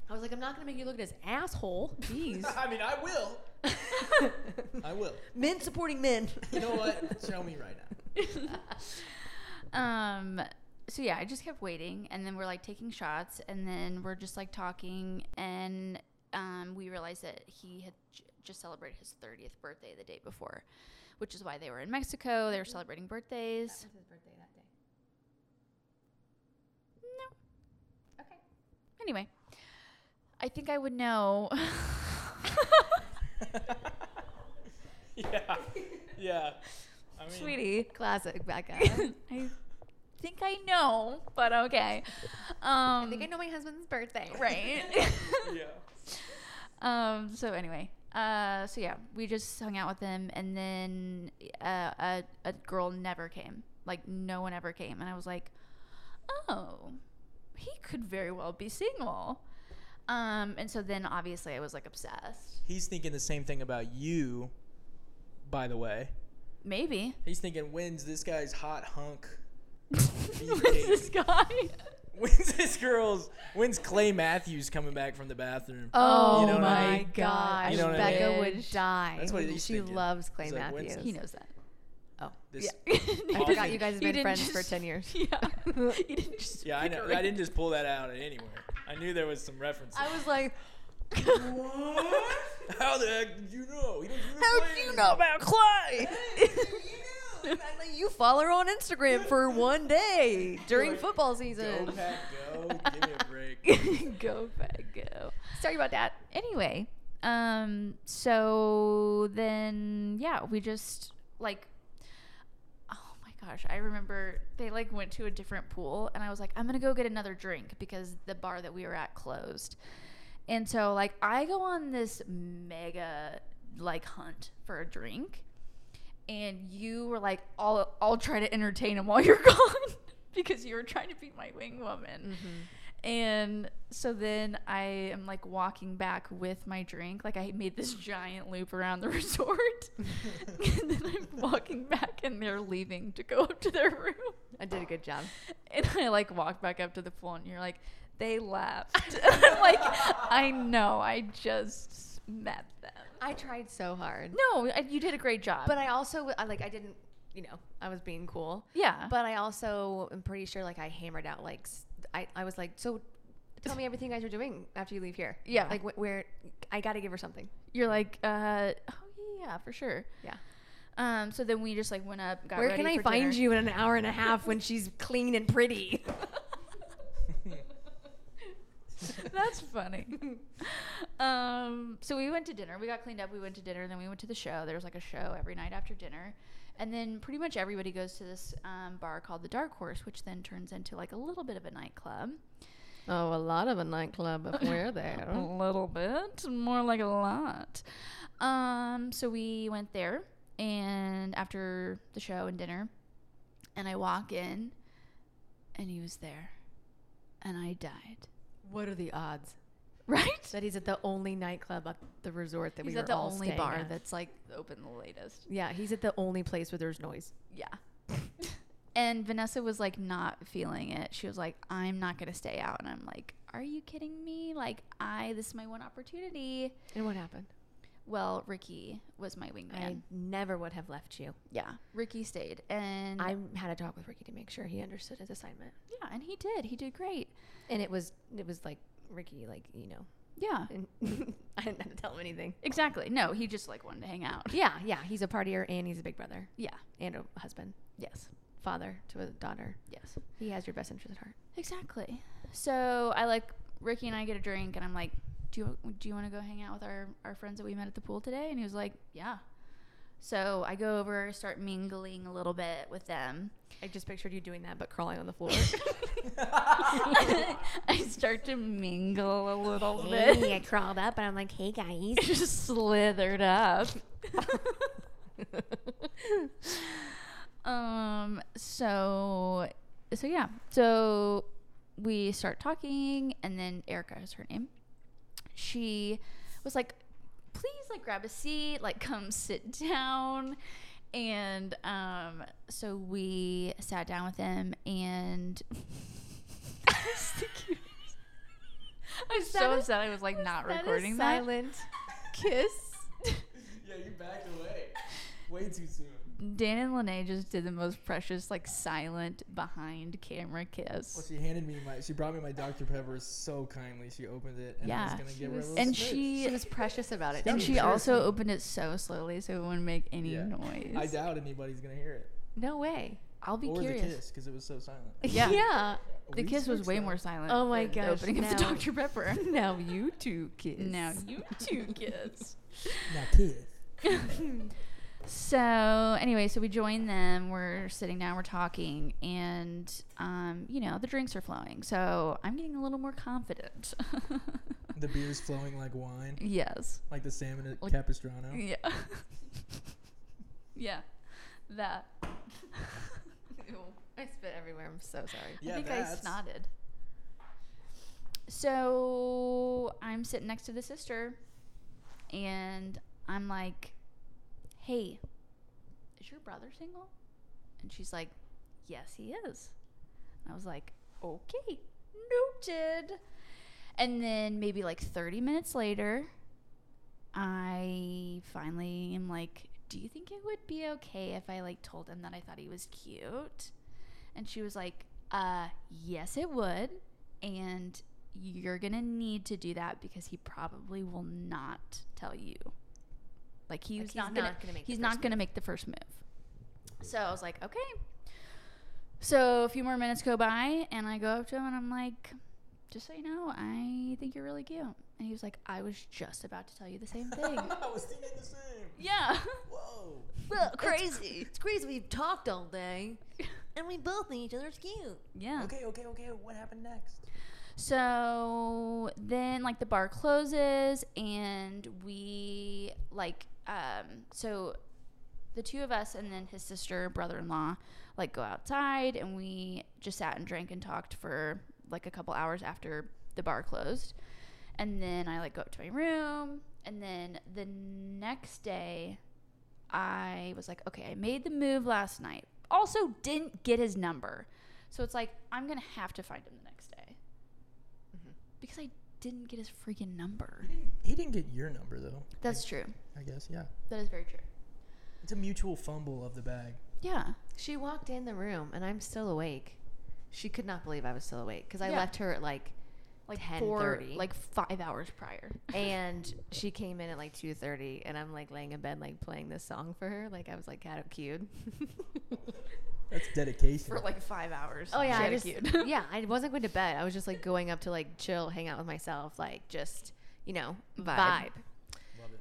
I was like, I'm not gonna make you look at his asshole. Jeez. I mean, I will. I will. men supporting men. You know what? Show me right now. Um so yeah, I just kept waiting and then we're like taking shots and then we're just like talking and um we realized that he had j- just celebrated his 30th birthday the day before, which is why they were in Mexico, they were celebrating birthdays. his birthday that day. No. Okay. Anyway, I think I would know. yeah. Yeah. I mean, Sweetie, Classic Becca. I think I know, but okay. Um I think I know my husband's birthday. right. Yeah. Um. So anyway, uh. So yeah, we just hung out with them, and then uh, a a girl never came. Like no one ever came, and I was like, oh, he could very well be single. Um. And so then obviously I was like obsessed. He's thinking the same thing about you, by the way. Maybe. He's thinking, when's this guy's hot hunk? Who's this guy? When's this girl's? When's Clay Matthews coming back from the bathroom? Oh You know what I my mean? gosh, You know what I Becca mean? would die. That's what he's she thinking. loves Clay He's like, when's Matthews. he knows that. oh, This, yeah. I forgot He- you guys have been You didn't friends just- for ten years. yeah. you didn't just yeah, I, know, figure it I didn't just pull that out anywhere. I knew there was some references. I was like, How the heck did you know? He doesn't even play about Clay? I'm like, you follow her on Instagram for one day during Like, football anymore. Go season. pack, go. Give me a break. go back go sorry about that anyway um so then yeah we just like oh my gosh i remember they like went to a different pool and i was like i'm gonna go get another drink because the bar that we were at closed and so like i go on this mega like hunt for a drink and you were like i'll i'll try to entertain him while you're gone because you were trying to be my wing woman and so then I am like walking back with my drink. Like I made this giant loop around the resort. and then I'm walking back and they're leaving to go up to their room. I did a good job. And I like walk back up to the pool and you're like, they left. I'm like, I know, I just met them. I tried so hard, No, I, you did a great job. but I also I, like I didn't, you know, I was being cool. yeah. But I also am pretty sure like I hammered out like s- I, I was like so. Tell me everything you guys are doing after you leave here. Yeah. Like wh- where I got to give her something. You're like, uh, oh yeah, for sure. Yeah. Um. So then we just like went up, got Where ready can I for find dinner. you in an hour and a half when she's clean and pretty? That's funny. um, so we went to dinner. We got cleaned up. We went to dinner. and Then we went to the show. There was like a show every night after dinner. And then pretty much everybody goes to this um, bar called the Dark Horse, which then turns into like a little bit of a nightclub. Oh, a lot of a nightclub if we're A there. little bit, more like a lot. Um, so we went there, and after the show and dinner, and I walk in, and he was there, and I died. What are the odds Right? that he's at the only nightclub at the resort that He's we were at the all only staying bar at? that's like open the latest. Yeah, he's at the only place where there's noise. Yeah. and Vanessa was like not feeling it. She was like, I'm not gonna stay out. And I'm like, Are you kidding me? Like I this is my one opportunity. And what happened? Well, Ricky was my wingman. I never would have left you. yeah. Ricky stayed and I had a talk with Ricky to make sure he understood his assignment, Yeah, and he did. He did great. and it was it was like Ricky, like you know, Yeah. and I didn't have to tell him anything. Exactly. No, he just like wanted to hang out. Yeah, yeah, he's a partier and he's a big brother Yeah. and a husband, Yes. father to a daughter. Yes. He has your best interest at heart. Exactly. So I like Ricky and I get a drink, and I'm like, "Do you do you want to go hang out with our our friends that we met at the pool today?" And he was like, "Yeah." So I go over, start mingling a little bit with them. I just pictured you doing that, but crawling on the floor. I start to mingle a little bit. I crawled up and I'm like, "Hey guys." Just slithered up. Um. So. So yeah. So we start talking, and then Erica is her name. She was like, "Please, like, grab a seat. Like, come sit down." And um, so we sat down with him, and It's the cutest. I'm Was so that a- upset. I was like, not that a recording that. silent kiss. yeah, you backed away way too soon. Dan and Lene just did the most precious, like, silent behind camera kiss. Well, she handed me my. She brought me my Dr Pepper so kindly. She opened it and I was Yeah, gonna she give her a was- little and smooch. she She was precious about it. That and too. was she also interesting. opened it so slowly so it wouldn't make any Yeah. noise. I doubt anybody's gonna hear it. No way. I'll be or the curious. kiss because it was so silent. Yeah. yeah. The We kiss was switched way that. more silent. Oh my than gosh, The opening of the now- Dr Pepper. Now you two kiss. now you two kiss. Now kiss. So anyway, so we join them. We're sitting down. We're talking, and um, you know the drinks are flowing. So I'm getting a little more confident. The beer's flowing like wine, yes. like the salmon at Like- Capistrano. Yeah. yeah. That. Ew. I spit everywhere. I'm so sorry. Yeah, I think I that's- snotted. So I'm sitting next to the sister, and I'm like, "Hey, is your brother single?" And she's like, "Yes, he is." And I was like, "Okay, noted." And then maybe like 30 minutes later, I finally am like, "Do you think it would be okay if I like told him that I thought he was cute?" And she was like, uh, yes, it would. And you're going to need to do that because he probably will not tell you. Like, he's, Like, he's not going not gonna to make the He's first not going to make the first move. So I was like, okay. So a few more minutes go by, and I go up to him and I'm like, just so you know, I think you're really cute. And he was like, I was just about to tell you the same thing. I was thinking the same. yeah. Whoa. Well, crazy. It's crazy. We've talked all day, and we both think each other's cute. Yeah. Okay, okay, okay. What happened next? So then, like, the bar closes, and we, like, um, so the two of us and then his sister, brother in law, like, go outside, and we just sat and drank and talked for, like, a couple hours after the bar closed. And then I, like, go up to my room, and then the next day, I was like, okay, I made the move last night. Also, didn't get his number. So it's like, I'm going to have to find him the next day Mm-hmm. because I didn't get his freaking number. He didn't, he didn't get your number though. That's true. I guess yeah. That is very true. It's a mutual fumble of the bag. Yeah. She walked in the room, and I'm still awake. She could not believe I was still awake because I Yeah. left her at like like 10:30. four, like five hours prior. and she came in at like 2.30 and i'm like laying in bed like playing this song for her like i was like kind of cute That's dedication. for like five hours. oh yeah I She had a just, kid. yeah i wasn't going to bed i was just like going up to like chill hang out with myself like just you know Vibe. vibe. Love it.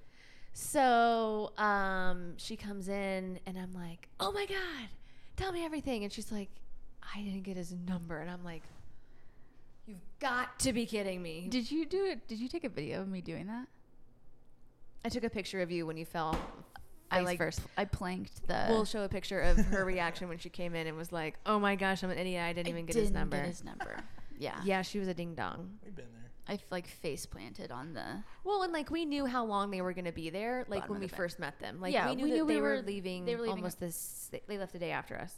So um, she comes in, and I'm like, "Oh my god, tell me everything." And she's like, "I didn't get his number," and I'm like, "You've got to be kidding me!" Did you do it? Did you take a video of me doing that? I took a picture of you when you fell. Face I like first. I planked the. We'll show a picture of her reaction when she came in and was like, "Oh my gosh, I'm an idiot. I didn't I even get his didn't number." his number. Yeah. yeah, she was a ding dong. We've been there. I f- like face planted on the. Well, and like we knew how long they were going to be there, like Bottom when of we the bag. first met them. Like Yeah, we knew we that knew we they, were- were leaving they were leaving- almost this. They left the day after us.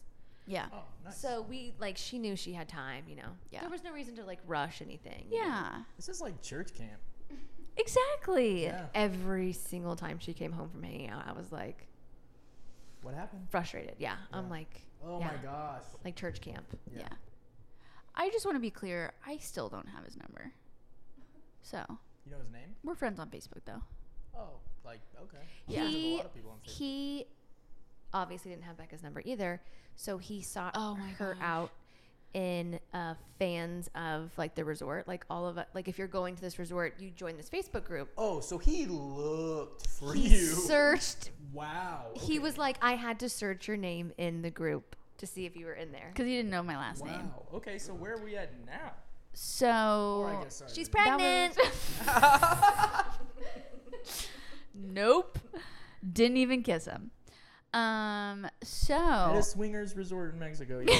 Yeah. Oh, nice. So we like she knew she had time, you know. Yeah. There was no reason to like rush anything. you know. Yeah. this is like church camp. Exactly. Yeah. Every single time she came home from hanging out, I was like What happened? frustrated. Yeah. I'm Yeah. like Oh my Yeah. gosh. like church camp. Yeah. Yeah. I just want to be clear. I still don't have his number. So You know his name? we're friends on Facebook though. Oh, like okay. Yeah. There's a He lot of people on Facebook. he obviously didn't have Becca's number either, so he sought Oh my her gosh. out in uh, fans of like the resort, like all of like if you're going to this resort, you join this Facebook group. Oh, so he looked for He you. searched wow. He okay. was like, I had to search your name in the group to see if you were in there. Because he didn't know my last Wow. name. Oh, Okay, so where are we at now? So. Or I guess sorry. She's we- pregnant. That nope. Didn't even kiss him. Um. At So. a swingers resort in Mexico. Yeah.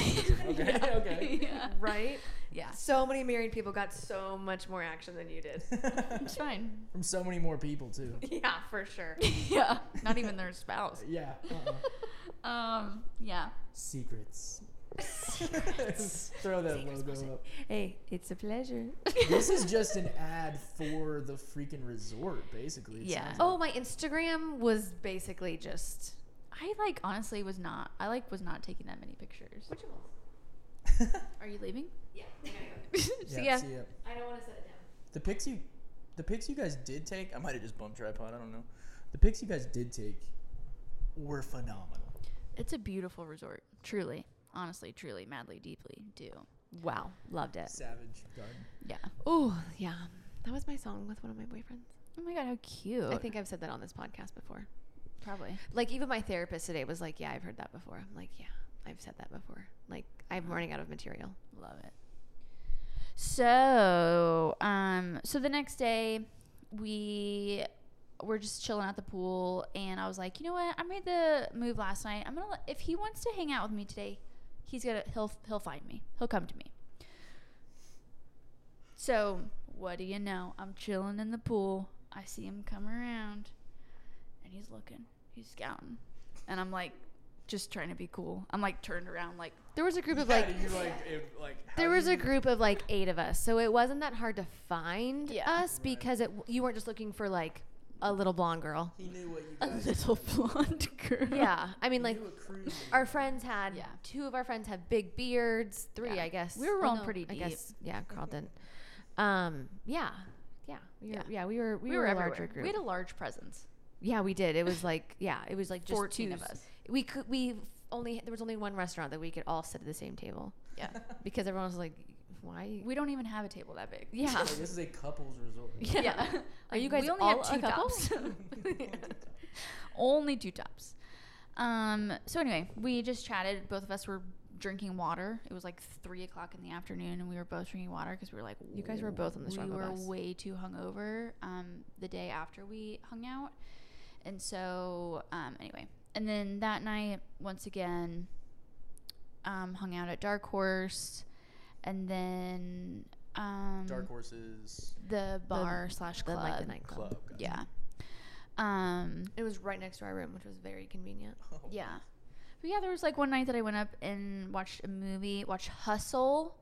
okay. Okay. Yeah. right? Yeah. So many married people got so much more action than you did. It's fine. From so many more people too. yeah, for sure. yeah. Not even their spouse. Yeah. Uh-uh. Um. Yeah. Secrets. Throw that logo up. Hey, it's a pleasure. This is just an ad for the freaking resort, basically. it Yeah. sounds Oh, my Instagram was basically just. I like honestly was not. I like was not taking that many pictures. like. Are you leaving? Yeah, I gotta go. So, yeah, yeah. see ya. I don't want to set it down. The pics you, the pics you guys did take, I might have just bumped tripod. I don't know. The pics you guys did take were phenomenal. It's a beautiful resort. Truly, honestly, truly, madly, deeply do. Wow, loved it. Savage garden. Yeah. Oh, yeah. That was my song with one of my boyfriends. Oh my god, how cute. I think I've said that on this podcast before. probably. Like even my therapist today was like, "Yeah, I've heard that before." I'm like, "Yeah, I've said that before." Like I'm running out of material. Love it. So, um, so the next day, we were just chilling at the pool, and I was like, you know what? I made the move last night. I'm gonna let, if he wants to hang out with me today, he's gonna he'll he'll find me. He'll come to me. So what do you know? I'm chilling in the pool. I see him come around, and he's looking. He's scouting, and I'm like, just trying to be cool. I'm like turned around, like There was a group of Yeah, like you like, it, like how there was you- a group of like eight of us, so it wasn't that hard to find Yeah. us because it you weren't just looking for like a little blonde girl. He knew what you a guys. little blonde girl. Yeah, I he mean like knew a crew you our guys- friends had Yeah. two of our friends have big beards, three Yeah. I guess. We were Oh, rolling pretty I deep. guess yeah, Carl didn't. Um, yeah, yeah, we were, Yeah. yeah, we were we, We, were, were, a everywhere. larger group. We had a large presence. yeah, we did. It was like yeah, it was like just Fourteen of twos. us. we could we only there was only one restaurant that we could all sit at the same table Yeah. because everyone was like why we don't even have a table that big. yeah Like, this is a couples resort. Yeah. Are you guys we only all had two a couple? tops. only two tops. Um. So anyway, we just chatted. Both of us were drinking water. It was like three o'clock in the afternoon, and we were both drinking water because we were like, You guys were both on the We struggle were bus. way too hungover. Um. The day after we hung out, and so um. Anyway, and then that night, once again, um, hung out at Dark Horse, and then um. Dark horses the bar slash the, club. like the nightclub club. gotcha. Yeah. Um. it was right next to our room which was very convenient Oh, Yeah. But yeah, there was like one night that I went up and watched a movie, watched Hustle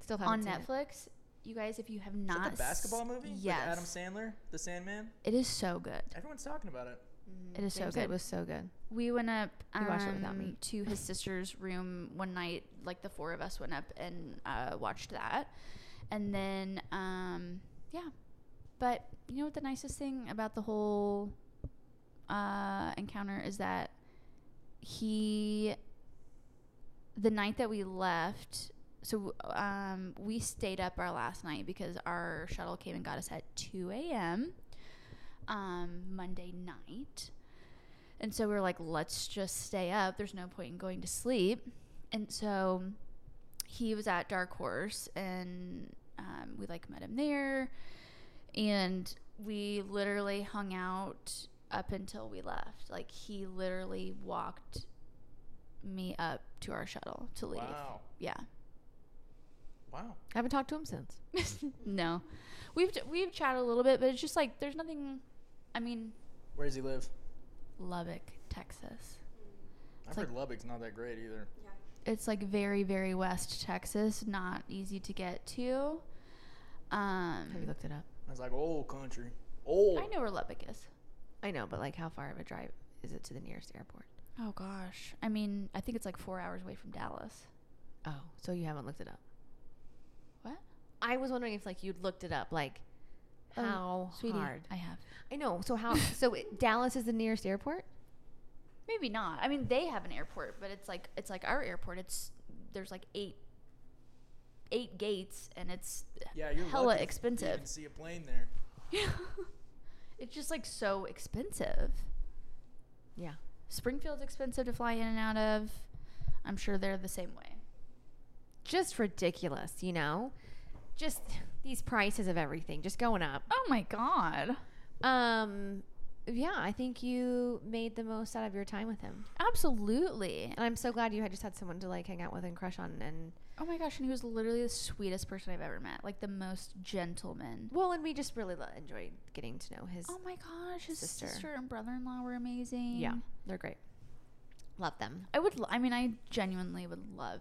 still haven't on seen it. Netflix. You guys, if you have Is not, that the s- basketball movie? yes, With Adam Sandler, The Sandman. it is so good. Everyone's talking about it. It is so James said good. it was so good We went up You um, watched it without me. to his sister's room one night. Like the four of us went up and uh, watched that. And then, um, yeah. But you know what the nicest thing about the whole uh, encounter is that he, the night that we left, so um, we stayed up our last night because our shuttle came and got us at 2 a.m. Um, Monday night. And so we were like, let's just stay up. There's no point in going to sleep. And so he was at Dark Horse and um, we like met him there. And we literally hung out up until we left. Like he literally walked me up to our shuttle to leave. Wow. Yeah. Wow. I haven't talked to him since. No, we've we've chatted a little bit, but it's just like there's nothing. I mean, Where does he live? Lubbock, Texas. I've It's heard Lubbock's not that great either. It's like very very west Texas, not easy to get to. Um, Have you looked it up? It's like old country. Old. I know where Lubbock is. I know, but like, how far of a drive is it to the nearest airport? Oh gosh, I mean, I think it's like four hours away from Dallas. Oh, so you haven't looked it up. What? I was wondering if like you'd looked it up, like Oh, how sweetie, hard. I have. Um, I know. So how? so it, Dallas is the nearest airport. Maybe not. I mean, they have an airport, but it's like it's like our airport. It's there's like eight eight gates, and it's Yeah, you're hella lucky if You expensive. can see a plane there. it's just like so expensive. Yeah. Springfield's expensive to fly in and out of. I'm sure they're the same way. Just ridiculous, you know. Just these prices of everything just going up. Oh my god. Um, yeah, I think you made the most out of your time with him, Absolutely. and I'm so glad you had just had someone to like hang out with and crush on. And Oh my gosh, and he was literally the sweetest person I've ever met. Like the most gentleman. well, and we just really lo- enjoyed getting to know his. Oh my gosh, his sister, Sister. and brother-in-law were amazing. yeah, they're great. Mm. Love them. I would l- I mean, I genuinely would love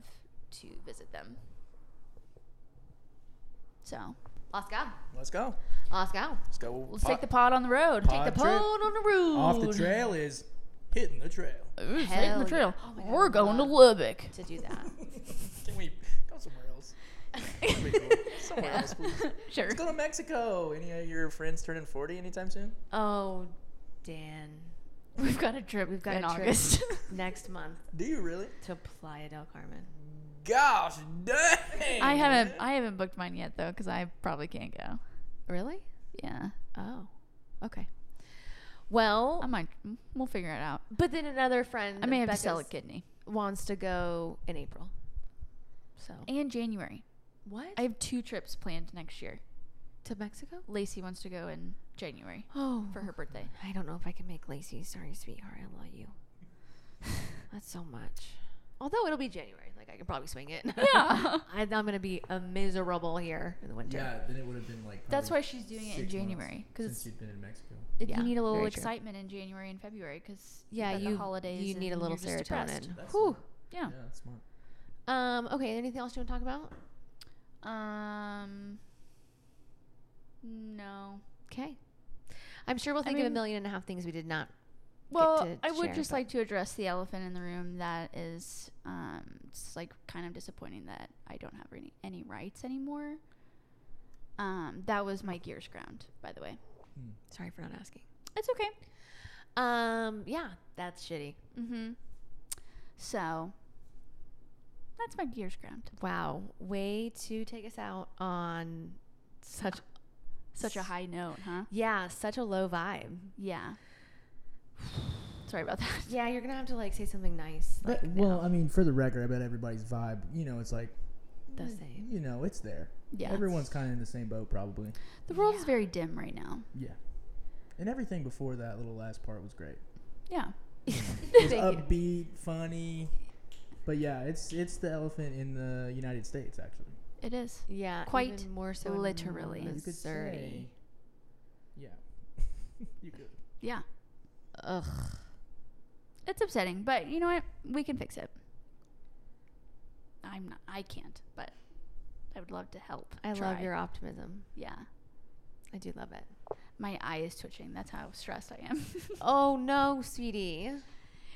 to visit them. So, Let's go. Let's go. Let's go. Let's go. let's take the pod on the road. Uh, Pod The trip. pone on the road. Off the trail is hitting the trail. Ooh, it's Hell hitting the yeah. trail. Oh my God, we're I going to love- Lubbock. to do that. Can we go somewhere else? That'd be cool. Somewhere else, please. sure. Let's go to Mexico. Any of your friends turning 40 anytime soon? oh, Dan. We've got a trip. We've got in a trip. August. Next month Do you really? to Playa del Carmen. Gosh dang. I haven't man. I haven't booked mine yet though because I probably can't go. Really? Yeah, Oh, okay. Um, Well, I might. m- We'll figure it out. but then another friend I may have of to sell a Becca's kidney. wants to go in April. So And January. what? I have two trips planned next year. to Mexico? Lacey wants to go in January Oh, for her birthday. I don't know if I can make Lacey. Sorry, sweetheart. I love you. That's so much. Although it'll be January, like I can probably swing it. Yeah. I, I'm gonna be a miserable here in the winter. Yeah, then it would have been like. That's probably why she's doing it in six months January Since because you'd been in Mexico. Yeah, you need a little very true. excitement in January and February because Yeah, got you the holidays. you need a and little you're just depressed. serotonin. That's Whew. smart. Yeah. that's smart. Um. Okay. Anything else you want to talk about? Um. No. Okay. I'm sure we'll I think of a mean- million and a half things we did not. Well, to I would share, just but- like to address the elephant in the room that is, um, it's like kind of disappointing that I don't have any any rights anymore. Um, that was my gears ground, by the way. Sorry for not asking. It's okay. Um. Yeah. That's shitty. Mm-hmm. So that's my gears ground. Wow. Way to take us out on such Such a high note, huh? yeah such a low vibe. Yeah. Sorry about that. Yeah, you're gonna have to like say something nice. Like, well, I mean, for the record, I bet everybody's vibe, you know, it's like, uh, the same. you know, it's there. Yeah. Everyone's kind of in the same boat, probably. The world is very dim right now. Yeah. And everything before that little last part was great. Yeah. It's Thank you. upbeat, funny. But yeah, it's it's the elephant in the United States, actually. It is. Yeah, Quite even more so in literally. You You could Missouri. say. Yeah. you could. Yeah. Ugh. It's upsetting, but you know what? We can fix it. I'm not. I can't, but I would love to help. I love Try. your optimism. Yeah. I do love it. My eye is twitching. That's how stressed I am. Oh no, sweetie.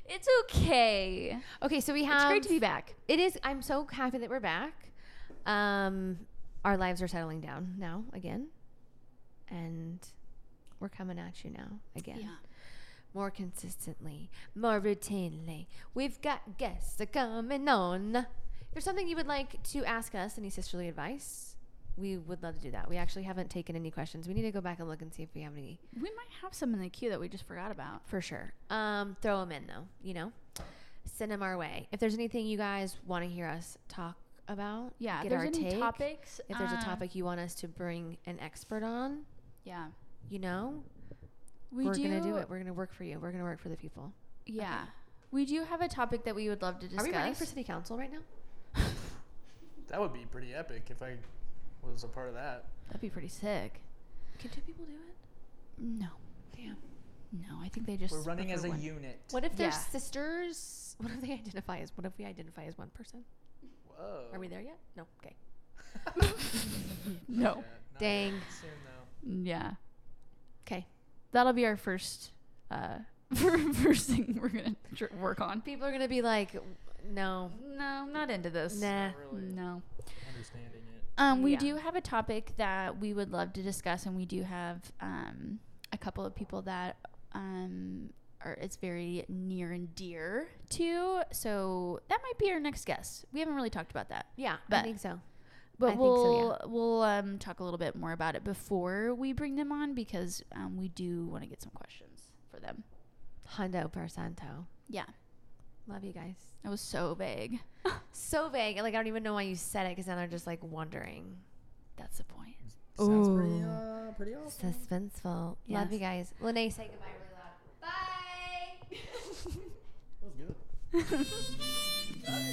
it's okay. Okay, so we have. It's great to be back. It is. I'm so happy that we're back. Um, our lives are settling down now again, and we're coming at you now again. More consistently, more routinely. We've got guests are coming on. If there's something you would like to ask us, any sisterly advice, we would love to do that. We actually haven't taken any questions. We need to go back and look and see if we have any We might have some in the queue that we just forgot about. for sure. Um, throw them in though, you know, send them our way. If there's anything you guys want to hear us talk about, Yeah, get there's our any take. topics. If there's uh, a topic you want us to bring an expert on, yeah, you know, we are do, gonna do it. We're gonna work for you. We're gonna work for the people. Yeah, we do have a topic that we would love to discuss. Are we running for city council right now? That would be pretty epic if I was a part of that. That'd be pretty sick. Can two people do it? No, Damn. no, I think they just We're running as prefer a one. unit. What if they're Yeah. sisters? What if they identify as? What if we identify as one person? Whoa. Are we there yet? No. Okay. No. Yeah, not Dang. Soon though. Yeah, Okay. that'll be our first, uh, first thing we're gonna tr- work on. People are gonna be like, no, No, I'm not into this. nah. Mm. Not really No. understanding it. Um, we Yeah. do have a topic that we would love to discuss, and we do have um, a couple of people that um, are it's very near and dear to. So that might be our next guest. We haven't really talked about that, Yeah, I But- think so. but I think we'll so, yeah. we'll um, talk a little bit more about it before we bring them on because um, we do want to get some questions for them. Hundo percento. Yeah, Love you guys. that was so vague. So vague. Like I don't even know why you said it because now they're just like wondering. That's the point. Sounds pretty, Ooh. uh, pretty awesome. Suspenseful. Love Yes. you guys. Lene, say goodbye really loud. Bye. That was good.